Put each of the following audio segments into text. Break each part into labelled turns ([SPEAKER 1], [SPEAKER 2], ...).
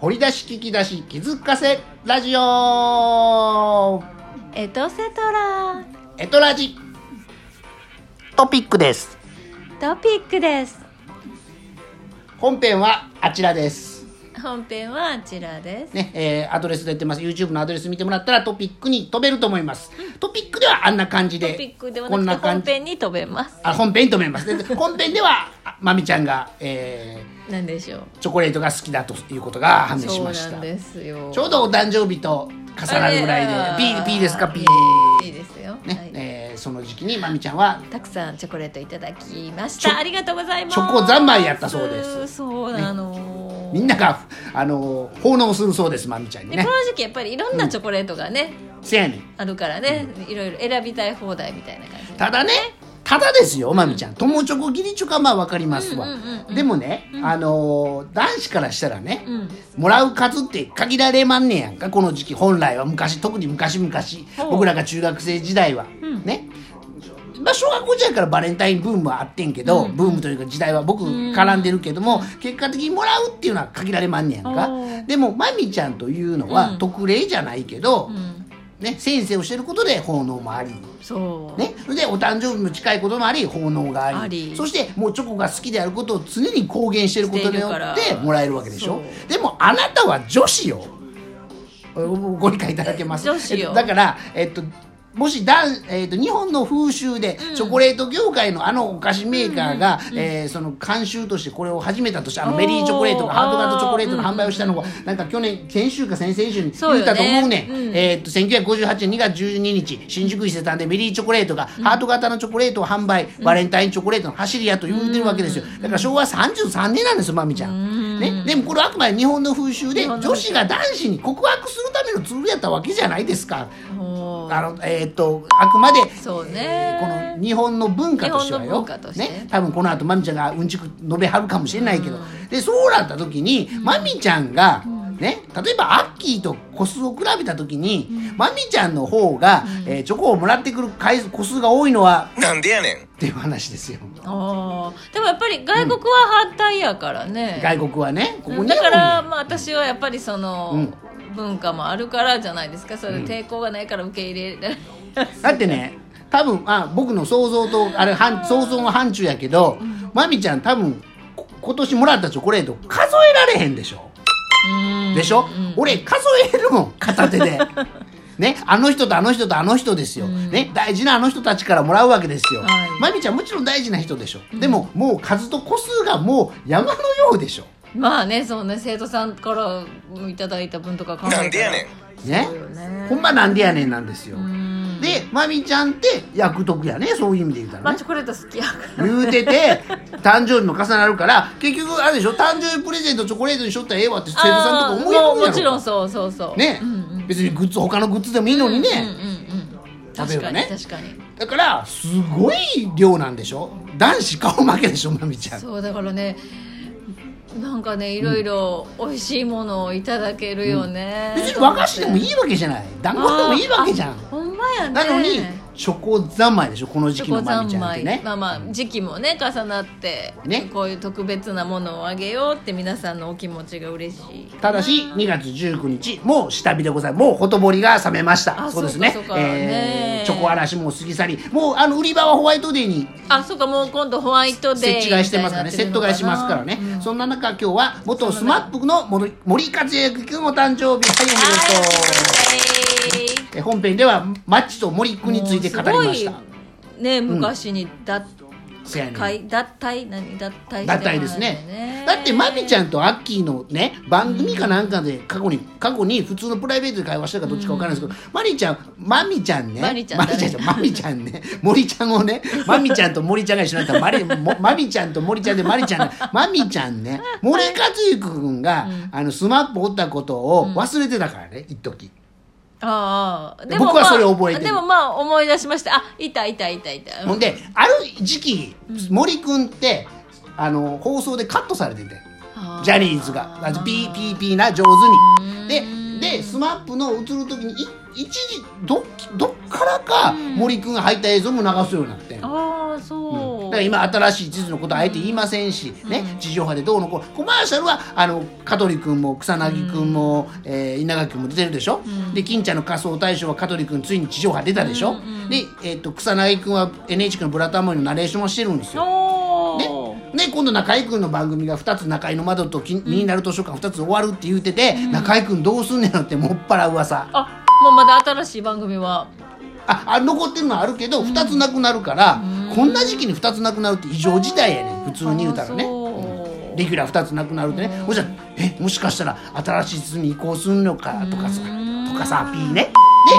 [SPEAKER 1] 掘り出し聞き出し気づかせラジオ
[SPEAKER 2] エトセトラ
[SPEAKER 1] エトラジトピックです
[SPEAKER 2] トピックです
[SPEAKER 1] 本編はあちらです
[SPEAKER 2] 本編はあちらです
[SPEAKER 1] ね、えーアドレス出てます YouTube のアドレス見てもらったらトピックに飛べると思いますトピックではあんな感じ
[SPEAKER 2] ト
[SPEAKER 1] で
[SPEAKER 2] ピックでは
[SPEAKER 1] こん
[SPEAKER 2] な
[SPEAKER 1] な
[SPEAKER 2] くて本
[SPEAKER 1] 感じ
[SPEAKER 2] 編に飛べます
[SPEAKER 1] あ本編に飛べますで本編では あまみちゃんが、え
[SPEAKER 2] なんでしょう
[SPEAKER 1] ーチョコレートが好きだということが判明しまし
[SPEAKER 2] そう
[SPEAKER 1] た
[SPEAKER 2] なんですよ
[SPEAKER 1] ちょうどお誕生日と重なるぐら
[SPEAKER 2] あ
[SPEAKER 1] いで、
[SPEAKER 2] あ
[SPEAKER 1] P、P ですか、P。
[SPEAKER 2] いいですよ、
[SPEAKER 1] ね、
[SPEAKER 2] はい
[SPEAKER 1] えーその時期にまみちゃんは、
[SPEAKER 2] たくさんチョコレートいただきまし
[SPEAKER 1] チョ
[SPEAKER 2] たありがとうございます
[SPEAKER 1] チョコ三昧やったそうです
[SPEAKER 2] そうなの、
[SPEAKER 1] みんなが、あのー奉納するそうです、まみちゃんに
[SPEAKER 2] で
[SPEAKER 1] ね
[SPEAKER 2] こ。の時期やっぱりいろんなチョコレートがね、
[SPEAKER 1] せやねん。
[SPEAKER 2] あるからね、いろいろ選びたい放題みたいな感じ
[SPEAKER 1] ただね、ただですよ、まみちゃん。友チョコ、義理チョコはまあわかりますわ
[SPEAKER 2] うんうんうんう。ん
[SPEAKER 1] でもね、あのー男子からしたらね、
[SPEAKER 2] うん
[SPEAKER 1] もらう数って限られまんねやんか、この時期。本来は昔、特に昔々、
[SPEAKER 2] ほう
[SPEAKER 1] 僕らが中学生時代は。
[SPEAKER 2] うん
[SPEAKER 1] ね。まあ、小学校時代からバレンタインブームはあってんけど、
[SPEAKER 2] うん
[SPEAKER 1] ブームというか時代は僕
[SPEAKER 2] ん
[SPEAKER 1] 絡んでるけども、結果的にもらうっていうのは限られまんねやんか
[SPEAKER 2] おー
[SPEAKER 1] でもまみちゃんというのは
[SPEAKER 2] うん
[SPEAKER 1] 特例じゃないけど、
[SPEAKER 2] うん
[SPEAKER 1] ね、先生をしてることで奉納もあり、
[SPEAKER 2] そう、
[SPEAKER 1] ね、それでお誕生日も近いこともあり奉納があり
[SPEAKER 2] あり
[SPEAKER 1] そしてもうチョコが好きであることを常に公言してることによっ
[SPEAKER 2] している
[SPEAKER 1] て
[SPEAKER 2] から
[SPEAKER 1] もらえるわけでしょ
[SPEAKER 2] そう
[SPEAKER 1] でもあなたは女子よご理解いただけます
[SPEAKER 2] 女子よ
[SPEAKER 1] えっとだから、えっと、もしだん、えっと、日本の風習でチョコレート業界のあのお菓子メーカーが、えーその慣習としてこれを始めたとしてあの
[SPEAKER 2] おー
[SPEAKER 1] メリーチョコレートがハートガートチョコレートの
[SPEAKER 2] あー
[SPEAKER 1] 販売をしたのがなんか去年先週か先々週に
[SPEAKER 2] そ
[SPEAKER 1] 言っ
[SPEAKER 2] うよね
[SPEAKER 1] たと思うねん
[SPEAKER 2] うん
[SPEAKER 1] えーっと1958年2月12日新宿伊勢丹でメリーチョコレートがハート型のチョコレートを販売、バレンタインチョコレートの走り屋と言うてるわけですよだから昭和33年なんですよまみちゃん、ね、でもこれはあくまで日本の風習で
[SPEAKER 2] 日本の
[SPEAKER 1] 女
[SPEAKER 2] 風習
[SPEAKER 1] 子が男子に告白するためのツールやったわけじゃないですか
[SPEAKER 2] もう
[SPEAKER 1] あの、えーっとあくまで
[SPEAKER 2] そうね、
[SPEAKER 1] この日本の文化としては
[SPEAKER 2] 日本の
[SPEAKER 1] よ
[SPEAKER 2] 文化と、して
[SPEAKER 1] ね、多分この後まみちゃんがうんちく述べはるかもしれないけど、でそうなった時にまみちゃんが、ね、例えばアッキーと個数を比べた時にまみちゃんの方が、えーチョコをもらってくる回数個数が多いのは
[SPEAKER 3] なんでやねん
[SPEAKER 1] っていう話ですよ
[SPEAKER 2] あーでもやっぱり外国は反対やからね、
[SPEAKER 1] 外国はねここに
[SPEAKER 2] だか
[SPEAKER 1] あ
[SPEAKER 2] ら、
[SPEAKER 1] る
[SPEAKER 2] まあ、私はやっぱりその、文化もあるからじゃないですかそれ抵抗がないから受け入れられ
[SPEAKER 1] もんだってね多分あ僕の想像とあれはん想像の範疇やけどまみちゃん多分こ今年もらったチョコレート数えられへんでしょ
[SPEAKER 2] うん
[SPEAKER 1] でしょ、俺数えるもん片手 でねあの人とあの人とあの人ですよ、ね大事なあの人たちからもらうわけですよ、
[SPEAKER 2] はい
[SPEAKER 1] まみちゃんもちろん大事な人でしょ、でももう数と個数がもう山のようでしょ
[SPEAKER 2] まあねそうね生徒さんからいただいた分とか考えたら
[SPEAKER 3] なんでやねん
[SPEAKER 1] ね
[SPEAKER 2] そうよね
[SPEAKER 1] ほんまなんでやねんなんですよ、
[SPEAKER 2] うん
[SPEAKER 1] でまみちゃんって役得やねそういう意味で言うたらね、
[SPEAKER 2] まあチョコレート好きやから
[SPEAKER 1] 言うてて誕生日も重なるから結局あれでしょ誕生日プレゼントチョコレートにしとったらええわって生徒さんとか思いや
[SPEAKER 2] あー
[SPEAKER 1] るん
[SPEAKER 2] もう
[SPEAKER 1] やろ
[SPEAKER 2] もちろんそうそうそう
[SPEAKER 1] ね、
[SPEAKER 2] うんうん
[SPEAKER 1] 別にグッズ他のグッズでもいいのにね、
[SPEAKER 2] うんうんうん
[SPEAKER 1] 食べ
[SPEAKER 2] 確
[SPEAKER 1] れば
[SPEAKER 2] か
[SPEAKER 1] ね
[SPEAKER 2] に確かに
[SPEAKER 1] だからすごい量なんでしょ男子顔負けでしょまみちゃん
[SPEAKER 2] そうだからねなんかねいろいろ美味しいものをいただけるよね、
[SPEAKER 1] 別に和菓子でもいいわけじゃない団子でもいいわけじゃ
[SPEAKER 2] あーあ
[SPEAKER 1] ん
[SPEAKER 2] ほんまやね
[SPEAKER 1] なのにチョコ三昧でしょこの時
[SPEAKER 2] チ
[SPEAKER 1] 期
[SPEAKER 2] ョ
[SPEAKER 1] の
[SPEAKER 2] コ
[SPEAKER 1] ま
[SPEAKER 2] 三
[SPEAKER 1] みちゃんって
[SPEAKER 2] 昧、
[SPEAKER 1] ね
[SPEAKER 2] まあまあ時期もね重なって、
[SPEAKER 1] ね
[SPEAKER 2] こういう特別なものをあげようって皆さんのお気持ちが嬉しい
[SPEAKER 1] ただし2月19日もう下火でございますもうほとぼりが冷めました
[SPEAKER 2] あ
[SPEAKER 1] そうですね
[SPEAKER 2] そうかそうかね
[SPEAKER 1] えーチョコ嵐も過ぎ去りもうあの売り場はホワイトデーに
[SPEAKER 2] あそうかもう今度ホワイトデー
[SPEAKER 1] 設置替えしてますからね
[SPEAKER 2] みた
[SPEAKER 1] セ
[SPEAKER 2] い
[SPEAKER 1] ッ
[SPEAKER 2] に
[SPEAKER 1] ト
[SPEAKER 2] な
[SPEAKER 1] 替え
[SPEAKER 2] って
[SPEAKER 1] し
[SPEAKER 2] るの
[SPEAKER 1] ま
[SPEAKER 2] か
[SPEAKER 1] す
[SPEAKER 2] な
[SPEAKER 1] からねそんな中今日は元スマップの森森克也君お誕生日はいおめでとう
[SPEAKER 2] はい
[SPEAKER 1] え本編ではマッチと森
[SPEAKER 2] お
[SPEAKER 1] 君
[SPEAKER 2] めで
[SPEAKER 1] に
[SPEAKER 2] とう
[SPEAKER 1] ついて語りまし
[SPEAKER 2] も
[SPEAKER 1] た
[SPEAKER 2] うすごいね昔に脱
[SPEAKER 1] せやねん
[SPEAKER 2] 会脱退何脱退して
[SPEAKER 1] だったりですねだってまみちゃ
[SPEAKER 2] ん
[SPEAKER 1] んとアッキーのね番組かなんかで過去に過去に普通のプライベートで会話したかどっちかわからないですけど、マリちゃんマミちゃんね
[SPEAKER 2] マリちゃん
[SPEAKER 1] マ
[SPEAKER 2] 誰
[SPEAKER 1] リちゃんマミちゃんね森ちゃんをねマミちゃんと森ちゃんが一緒になったらマリもマミちゃんと森ちゃんでマリちゃんがマミちゃんね森克行君が、あのスマップおったことを忘れてたからね一時
[SPEAKER 2] ああ
[SPEAKER 1] 僕はそれ覚えてる
[SPEAKER 2] でもまあ思い出しましたあいたいたいたいた
[SPEAKER 1] ほんである時期森君ってあの放送でカットされてて
[SPEAKER 2] あ
[SPEAKER 1] ジャニーズがあピーピーピーな上手にででスマップの映る時にい一時どっどっからか森君が入った映像も流すようになってん
[SPEAKER 2] ああそう、
[SPEAKER 1] だから今新しい地図のことはあえて言いませんし、ね地上波でどうのこうコマーシャルはあの香取君も草薙君も、えー稲垣君も出てるでしょ、で金ちゃんの仮装大賞は香取君ついに地上波出たでしょ、で、えっと草薙君は NHK の「ブラタモリ」のナレーションもしてるんですよ。
[SPEAKER 2] おー
[SPEAKER 1] ね、今度中居君の番組が2つ中居の窓とき気になる図書館2つ終わるって言うてて、中居君どうすんねんのってもっぱら噂
[SPEAKER 2] あもうまだ新しい番組は
[SPEAKER 1] ああ残ってるのはあるけど2つなくなるから、こんな時期に2つなくなるって異常事態やねん普通に言うたらね
[SPEAKER 2] そう
[SPEAKER 1] レギュラー2つなくなるってね、おじゃえもしかしたら新しい筒に移行するのかとかさ、とかさピーね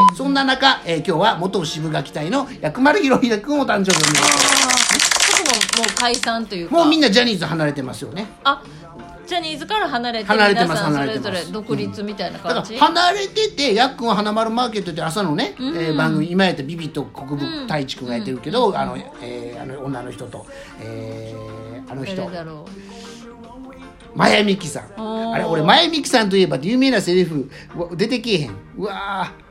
[SPEAKER 1] でそんな中、えー今日は元渋垣隊の薬丸ひろひで君お誕生日おめでとうございます
[SPEAKER 2] そこももう解散というか
[SPEAKER 1] もうみんなジャニーズ離れてますよね
[SPEAKER 2] あジャニーズから離れて
[SPEAKER 1] 離れてます
[SPEAKER 2] 皆さんそれ
[SPEAKER 1] 離れ
[SPEAKER 2] ぞれ
[SPEAKER 1] てます
[SPEAKER 2] 独立みたいな
[SPEAKER 1] だ
[SPEAKER 2] 感
[SPEAKER 1] か
[SPEAKER 2] じ、
[SPEAKER 1] ら離れててやっくんは花丸マーケットって朝のね、えー番組今やったらビビと国分太一君がやってるけど、あのえーあの女の人と、えーあの人
[SPEAKER 2] 誰だろ
[SPEAKER 1] 前みきさん
[SPEAKER 2] おー
[SPEAKER 1] あれ俺前みきさんといえばって有名なセリフうわ出てけえへんうわー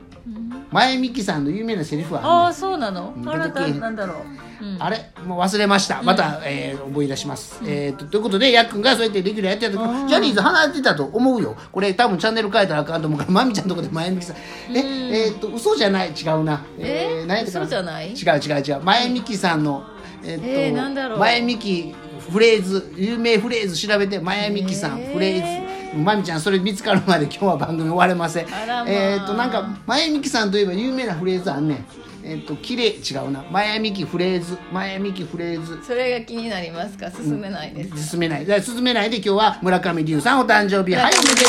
[SPEAKER 1] 前みきさんの有名なセリフ
[SPEAKER 2] う
[SPEAKER 1] は
[SPEAKER 2] あ
[SPEAKER 1] あ
[SPEAKER 2] あそうなの
[SPEAKER 1] うん
[SPEAKER 2] あら
[SPEAKER 1] 出てけえへん
[SPEAKER 2] なんだろう、うん
[SPEAKER 1] んねんあれもう忘れましたまた、えー思い出します、えーとということでやっくんがそうやってレギュラーやってた時ジャニーズ離れてたと思うよこれ多分チャンネル変えたらあかんと思うからまみちゃんのとこで前みきさんええーと嘘じゃない違うな
[SPEAKER 2] えー
[SPEAKER 1] 何やったか
[SPEAKER 2] 嘘じゃない
[SPEAKER 1] 違う違う違う前みきさんのえーと
[SPEAKER 2] えーなんだろう
[SPEAKER 1] 前みきフレーズ有名フレーズ調べて前みきさん、
[SPEAKER 2] えー
[SPEAKER 1] フレーズまみちゃんそれ見つかるまで今日は番組終われません、
[SPEAKER 2] あらまあ
[SPEAKER 1] えっ、となんか前みきさんといえば有名なフレーズあんねんえっ、と綺麗違うな前みきフレーズ前みきフレーズ
[SPEAKER 2] それが気になりますか進めないです、
[SPEAKER 1] 進めないだから進めないで今日は村上龍さんお誕生日はいおめでと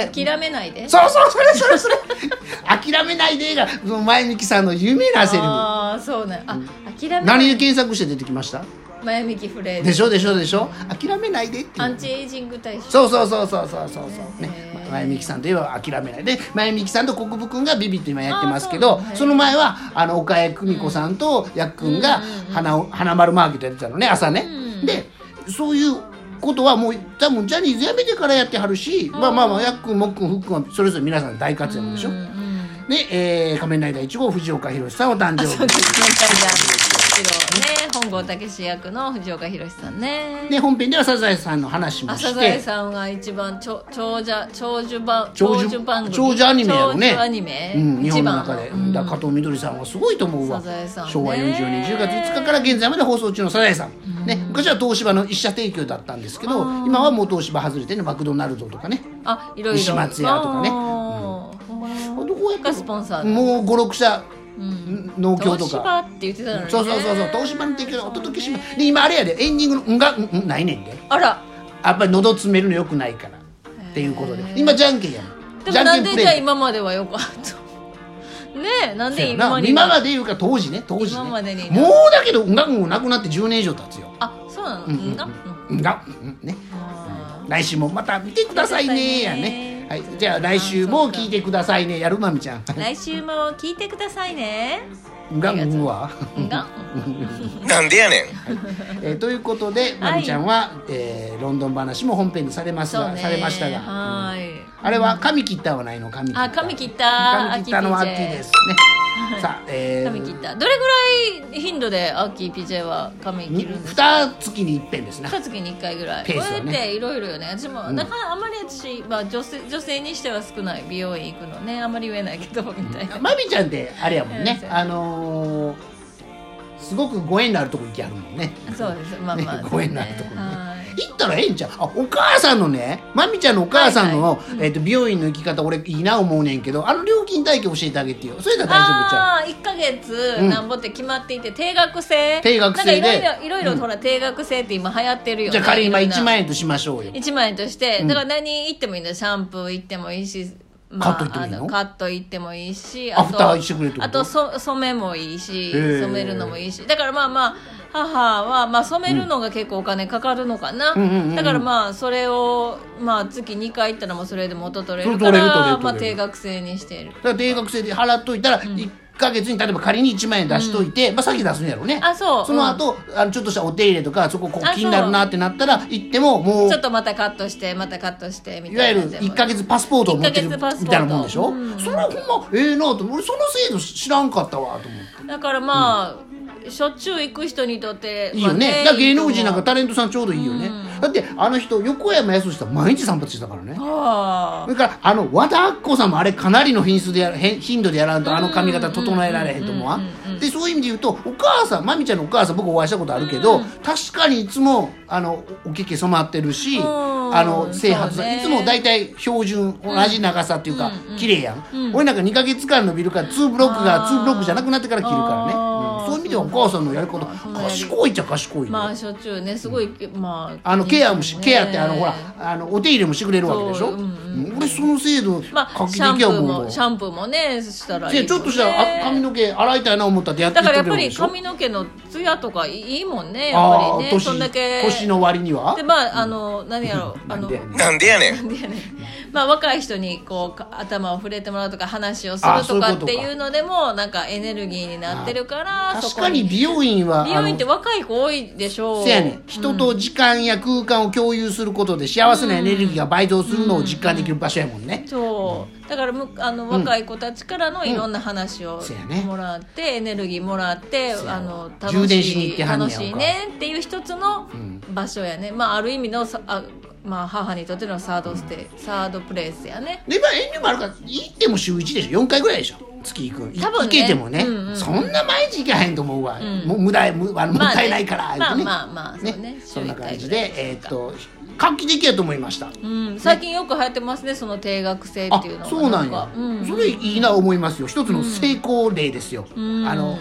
[SPEAKER 1] うえ
[SPEAKER 2] 諦めないで
[SPEAKER 1] そうそうそれそれそれ 諦めないでがその前みきさんの有名なセリフ
[SPEAKER 2] ああそうねあ諦めな
[SPEAKER 1] 何で
[SPEAKER 2] い
[SPEAKER 1] 検索して出てきました
[SPEAKER 2] 前向きフレーズ
[SPEAKER 1] でしょでしょでしょ諦めないでってい
[SPEAKER 2] ア
[SPEAKER 1] う
[SPEAKER 2] ンチエイジング大使
[SPEAKER 1] そうそうそうそうそうそうそうね
[SPEAKER 2] へー
[SPEAKER 1] ま前みきさんといえば諦めないで前みきさんと国分君がビビッと今やってますけど
[SPEAKER 2] あーそうなん
[SPEAKER 1] そ
[SPEAKER 2] だ
[SPEAKER 1] の前はあの岡江久美子さんとやっくんが花を花丸マーケットやってたのね朝ね
[SPEAKER 2] うん
[SPEAKER 1] でそういうことはもう多分ジャニーズ辞めてからやってはるしまあまあまあやっくんもっくんふっくんはそれぞれ皆さん大活躍でしょ
[SPEAKER 2] うんうん
[SPEAKER 1] で、えー仮面ライダー1号藤岡弘さんお誕生
[SPEAKER 2] そう
[SPEAKER 1] 日
[SPEAKER 2] ですね大事なんですけどね本郷武史役の藤岡弘さんね
[SPEAKER 1] で本編ではサザエさんの話も
[SPEAKER 2] あ
[SPEAKER 1] して
[SPEAKER 2] サザエさんが一番ちょ長者長寿番
[SPEAKER 1] 長寿
[SPEAKER 2] 長寿番組
[SPEAKER 1] 長寿アニメやろね
[SPEAKER 2] 長寿アニメ、
[SPEAKER 1] うん、日
[SPEAKER 2] 一
[SPEAKER 1] 本の
[SPEAKER 2] 番
[SPEAKER 1] 中で、
[SPEAKER 2] うん
[SPEAKER 1] だから加藤みどりさんはすごいと思うわ、
[SPEAKER 2] サザエさんね
[SPEAKER 1] 昭和44年10月5日から現在まで放送中の「サザエさん」ね、昔は東芝の一社提供だったんですけど今はもう東芝外れてねマクドナルドとかね
[SPEAKER 2] あいろいろ
[SPEAKER 1] 西松屋とかね
[SPEAKER 2] ね
[SPEAKER 1] どこやった
[SPEAKER 2] がスポンサーだ
[SPEAKER 1] もう56社農協と
[SPEAKER 2] 東芝
[SPEAKER 1] か
[SPEAKER 2] って言ってたのに、ね、
[SPEAKER 1] そうそうそうそう東芝の提供でお届けしますで今あれやでエンディングの「ん」が「んん」ないねんで
[SPEAKER 2] あら
[SPEAKER 1] やっぱり喉詰めるのよくないからっていうことで今じゃんけんやん
[SPEAKER 2] でもな
[SPEAKER 1] け
[SPEAKER 2] んで
[SPEAKER 1] んプ
[SPEAKER 2] じゃあ
[SPEAKER 1] レイ
[SPEAKER 2] 今まではよかったねえなんで今
[SPEAKER 1] 今
[SPEAKER 2] に
[SPEAKER 1] 今までいうか当時ね当時ね
[SPEAKER 2] 今までに
[SPEAKER 1] もうだけど「ん」が「ん」なくなって10年以上経つよ
[SPEAKER 2] あそうなの、うんなうん
[SPEAKER 1] うんが、うんね、
[SPEAKER 2] あ
[SPEAKER 1] 来週もまた見てくださいねやね。はい、じゃあ来週も聞いてくださいねやるまみちゃん。
[SPEAKER 2] ー来週も聞いてくださいね
[SPEAKER 1] がんは。
[SPEAKER 2] が
[SPEAKER 3] なんでやねん
[SPEAKER 1] えーということで、まみちゃんは、えーロンドン話も本編にされます
[SPEAKER 2] そう
[SPEAKER 1] が、
[SPEAKER 2] ね
[SPEAKER 1] されましたが。
[SPEAKER 2] はい
[SPEAKER 1] あれは髪切ったはないの髪切った。
[SPEAKER 2] あ髪切った
[SPEAKER 1] 髪切ったのは
[SPEAKER 2] ア
[SPEAKER 1] ア
[SPEAKER 2] ッキー
[SPEAKER 1] ッキー
[SPEAKER 2] PJ
[SPEAKER 1] ですね。さあ、えー
[SPEAKER 2] 髪切ったどれぐらい頻度でアッキー PJ は髪切
[SPEAKER 1] に
[SPEAKER 2] るんですか
[SPEAKER 1] 二月に一遍ですね。
[SPEAKER 2] 二月に一回ぐらい
[SPEAKER 1] ペースはね
[SPEAKER 2] こうやっていろいろよね私もなかなかあんまり私、まあ、女性女性にしては少ない美容院行くのねあんまり言えないけどみたいな
[SPEAKER 1] まみちゃんってあれやもんね
[SPEAKER 2] う。ん
[SPEAKER 1] あのーすごくご縁のあるとこ行きはるもんね。
[SPEAKER 2] そうですまあま あ、
[SPEAKER 1] ねご縁のあるところね
[SPEAKER 2] はい
[SPEAKER 1] 行ったらええんちゃうあお母さんのねまみちゃんのお母さんの、えっと美容院の行き方俺いいな思うねんけどあの料金体系教えてあげてよそれだったら大丈夫ちゃう
[SPEAKER 2] ああ1か月なんぼって決まっていて、定額制
[SPEAKER 1] 定額制で
[SPEAKER 2] なんかいろいろいろいろほら、定額制って今流行ってるよね
[SPEAKER 1] じゃあ仮に今
[SPEAKER 2] いろんな
[SPEAKER 1] 1万円としましょうよ
[SPEAKER 2] 1万円として、だから何行ってもいいんだよシャンプー行ってもいいし、
[SPEAKER 1] カット行ってもいいの
[SPEAKER 2] あのカット行ってもいいし
[SPEAKER 1] アフターしてくれってこと
[SPEAKER 2] あとそ染めもいいし
[SPEAKER 1] へえ
[SPEAKER 2] 染めるのもいいしだからまあまあ母は、まあ、染めるのが結構お金かかるのかな、
[SPEAKER 1] んうんうんうん
[SPEAKER 2] だからまあそれを、まあ、月2回行ったらもうそれで元取れる
[SPEAKER 1] それ取
[SPEAKER 2] か
[SPEAKER 1] れる取れる取れる
[SPEAKER 2] ら、まあ、定額制にしている
[SPEAKER 1] だから定額制で払っといたら1か月に例えば仮に1万円出しといて、まあ先出すんやろうね
[SPEAKER 2] あそう
[SPEAKER 1] の後、あのちょっとしたお手入れとかそここ
[SPEAKER 2] あそう
[SPEAKER 1] う気になるなってなったら行ってももう
[SPEAKER 2] ちょっとまたカットしてまたカットしてみ
[SPEAKER 1] いわ
[SPEAKER 2] たい
[SPEAKER 1] ゆ
[SPEAKER 2] な
[SPEAKER 1] る1か月パスポートを持ってる
[SPEAKER 2] 一
[SPEAKER 1] み
[SPEAKER 2] ヶ月パスポー
[SPEAKER 1] た
[SPEAKER 2] ト
[SPEAKER 1] いなもんでしょ、
[SPEAKER 2] うん
[SPEAKER 1] それはほんまええなと思って俺その制度知らんかったわと思って
[SPEAKER 2] だからまあ、しょっちゅう行く人にとって
[SPEAKER 1] いいよね、だから芸能人なんか
[SPEAKER 2] た
[SPEAKER 1] タレントさんちょうどいいよね、
[SPEAKER 2] うん
[SPEAKER 1] だってあの人横山やすしさん毎日散髪してたからね
[SPEAKER 2] あ
[SPEAKER 1] それからあの和田アッコさんもあれかなりの品質でやらへん頻度でやらんとあの髪型整えられへんと思わ
[SPEAKER 2] うん
[SPEAKER 1] ん
[SPEAKER 2] うんうんうん
[SPEAKER 1] でそういう意味で言うとお母さんまみちゃんのお母さん僕お会いしたことあるけど、
[SPEAKER 2] うん
[SPEAKER 1] 確かにいつもあのおけけ染まってるし、
[SPEAKER 2] うん
[SPEAKER 1] あの整髪、
[SPEAKER 2] そうね
[SPEAKER 1] いつも大体標準同じ長さっていうか、
[SPEAKER 2] うん
[SPEAKER 1] 綺麗やん、
[SPEAKER 2] うん
[SPEAKER 1] 俺なんか2か月間伸びるから2ブロックが
[SPEAKER 2] あー
[SPEAKER 1] 2ブロックじゃなくなってから切るからね、
[SPEAKER 2] あー
[SPEAKER 1] うんそういう意味ではお母さんのやること
[SPEAKER 2] そう
[SPEAKER 1] 賢いっちゃ賢いよ、
[SPEAKER 2] あまあしょっちゅうねすごい、まあ
[SPEAKER 1] あのケアもし、
[SPEAKER 2] ね
[SPEAKER 1] ケアってあのほらあのお手入れもしてくれるわけでしょ、
[SPEAKER 2] そううん
[SPEAKER 1] 俺その制度
[SPEAKER 2] まあ
[SPEAKER 1] 画期
[SPEAKER 2] シャン
[SPEAKER 1] 的
[SPEAKER 2] プ
[SPEAKER 1] や
[SPEAKER 2] ー
[SPEAKER 1] もん
[SPEAKER 2] もシャンプーもねしたらいい、
[SPEAKER 1] で
[SPEAKER 2] ね、
[SPEAKER 1] ちょっとしたらあ髪の毛洗いたいな思ったってやって
[SPEAKER 2] だ
[SPEAKER 1] く
[SPEAKER 2] から
[SPEAKER 1] れ
[SPEAKER 2] やっ
[SPEAKER 1] る
[SPEAKER 2] ぱ
[SPEAKER 1] わけで
[SPEAKER 2] り
[SPEAKER 1] しょ
[SPEAKER 2] 髪の毛のツヤとかいいもんねやっ
[SPEAKER 1] あ
[SPEAKER 2] ぱ
[SPEAKER 1] あ
[SPEAKER 2] りね
[SPEAKER 1] 年
[SPEAKER 2] そんだけ
[SPEAKER 1] 年の割には
[SPEAKER 2] でまああの何やろうあ
[SPEAKER 1] なん
[SPEAKER 2] の
[SPEAKER 1] でやねん
[SPEAKER 3] なんでやねん。
[SPEAKER 2] でね まあ、若い人にこうか頭を触れてもらうとか話をする
[SPEAKER 1] あそういうこ
[SPEAKER 2] とか
[SPEAKER 1] と
[SPEAKER 2] っ
[SPEAKER 1] か
[SPEAKER 2] ていうのでもなんかエネルギーになってるからそ
[SPEAKER 1] 確
[SPEAKER 2] こ
[SPEAKER 1] かに美容院は
[SPEAKER 2] 美容院って
[SPEAKER 1] あの
[SPEAKER 2] 若い子多いでしょ
[SPEAKER 1] せやねん人と時間や空間を共有することで幸せなエネルギーが倍増するのを実感できる場所やもんね、
[SPEAKER 2] そうだからむあの若い子たちからのいろんな話を
[SPEAKER 1] そうやね
[SPEAKER 2] もらって、エネルギーもらって
[SPEAKER 1] うや
[SPEAKER 2] あの
[SPEAKER 1] 充
[SPEAKER 2] 楽
[SPEAKER 1] 電しに行
[SPEAKER 2] し
[SPEAKER 1] っ
[SPEAKER 2] い
[SPEAKER 1] てはんね
[SPEAKER 2] 楽
[SPEAKER 1] や
[SPEAKER 2] しいねっていう一つの
[SPEAKER 1] ん
[SPEAKER 2] 場所やね、まあある意味のさあ、まあ、母にとってのサードステイ、サードプレイスやね
[SPEAKER 1] でまあ遠慮もあるから行っても週1でしょ4回ぐらいでしょ月行く、い
[SPEAKER 2] 多分ね
[SPEAKER 1] 行けてもね、
[SPEAKER 2] うんうん
[SPEAKER 1] そんな毎日行かへんと思うわ、
[SPEAKER 2] ん
[SPEAKER 1] もう無駄無あのも
[SPEAKER 2] まあね
[SPEAKER 1] ったいないから、
[SPEAKER 2] まあ
[SPEAKER 1] 言うて
[SPEAKER 2] まあまあそうね
[SPEAKER 1] そんな感じ
[SPEAKER 2] 週
[SPEAKER 1] で
[SPEAKER 2] 一回ぐらい
[SPEAKER 1] えーっと画期的やと思いました
[SPEAKER 2] うん、最近よく流行ってますねその定額制
[SPEAKER 1] あ
[SPEAKER 2] っていうのが
[SPEAKER 1] そうなんや
[SPEAKER 2] か、うん、
[SPEAKER 1] それいいな思いますよ一つの成功例ですよ、
[SPEAKER 2] うん
[SPEAKER 1] あの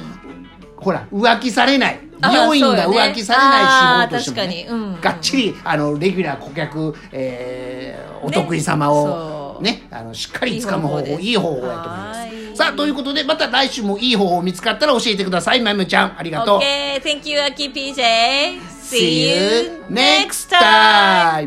[SPEAKER 1] ほら浮気されない
[SPEAKER 2] あ
[SPEAKER 1] 美容院が
[SPEAKER 2] そうよね
[SPEAKER 1] 浮気されない仕事をしても、ね
[SPEAKER 2] あー確かにうんうん
[SPEAKER 1] がっちりあのレギュラー顧客、えーお得意様を
[SPEAKER 2] そう
[SPEAKER 1] ねあのしっかり掴む方法い
[SPEAKER 2] い
[SPEAKER 1] い
[SPEAKER 2] い
[SPEAKER 1] 方
[SPEAKER 2] 方
[SPEAKER 1] 法
[SPEAKER 2] 法です
[SPEAKER 1] やと思いま
[SPEAKER 2] はー
[SPEAKER 1] す
[SPEAKER 2] い
[SPEAKER 1] さあということでまた来週もいい方法見つかったら教えてくださいまゆむちゃんありがとう
[SPEAKER 2] OK thank you Aki PJ see you next time
[SPEAKER 1] time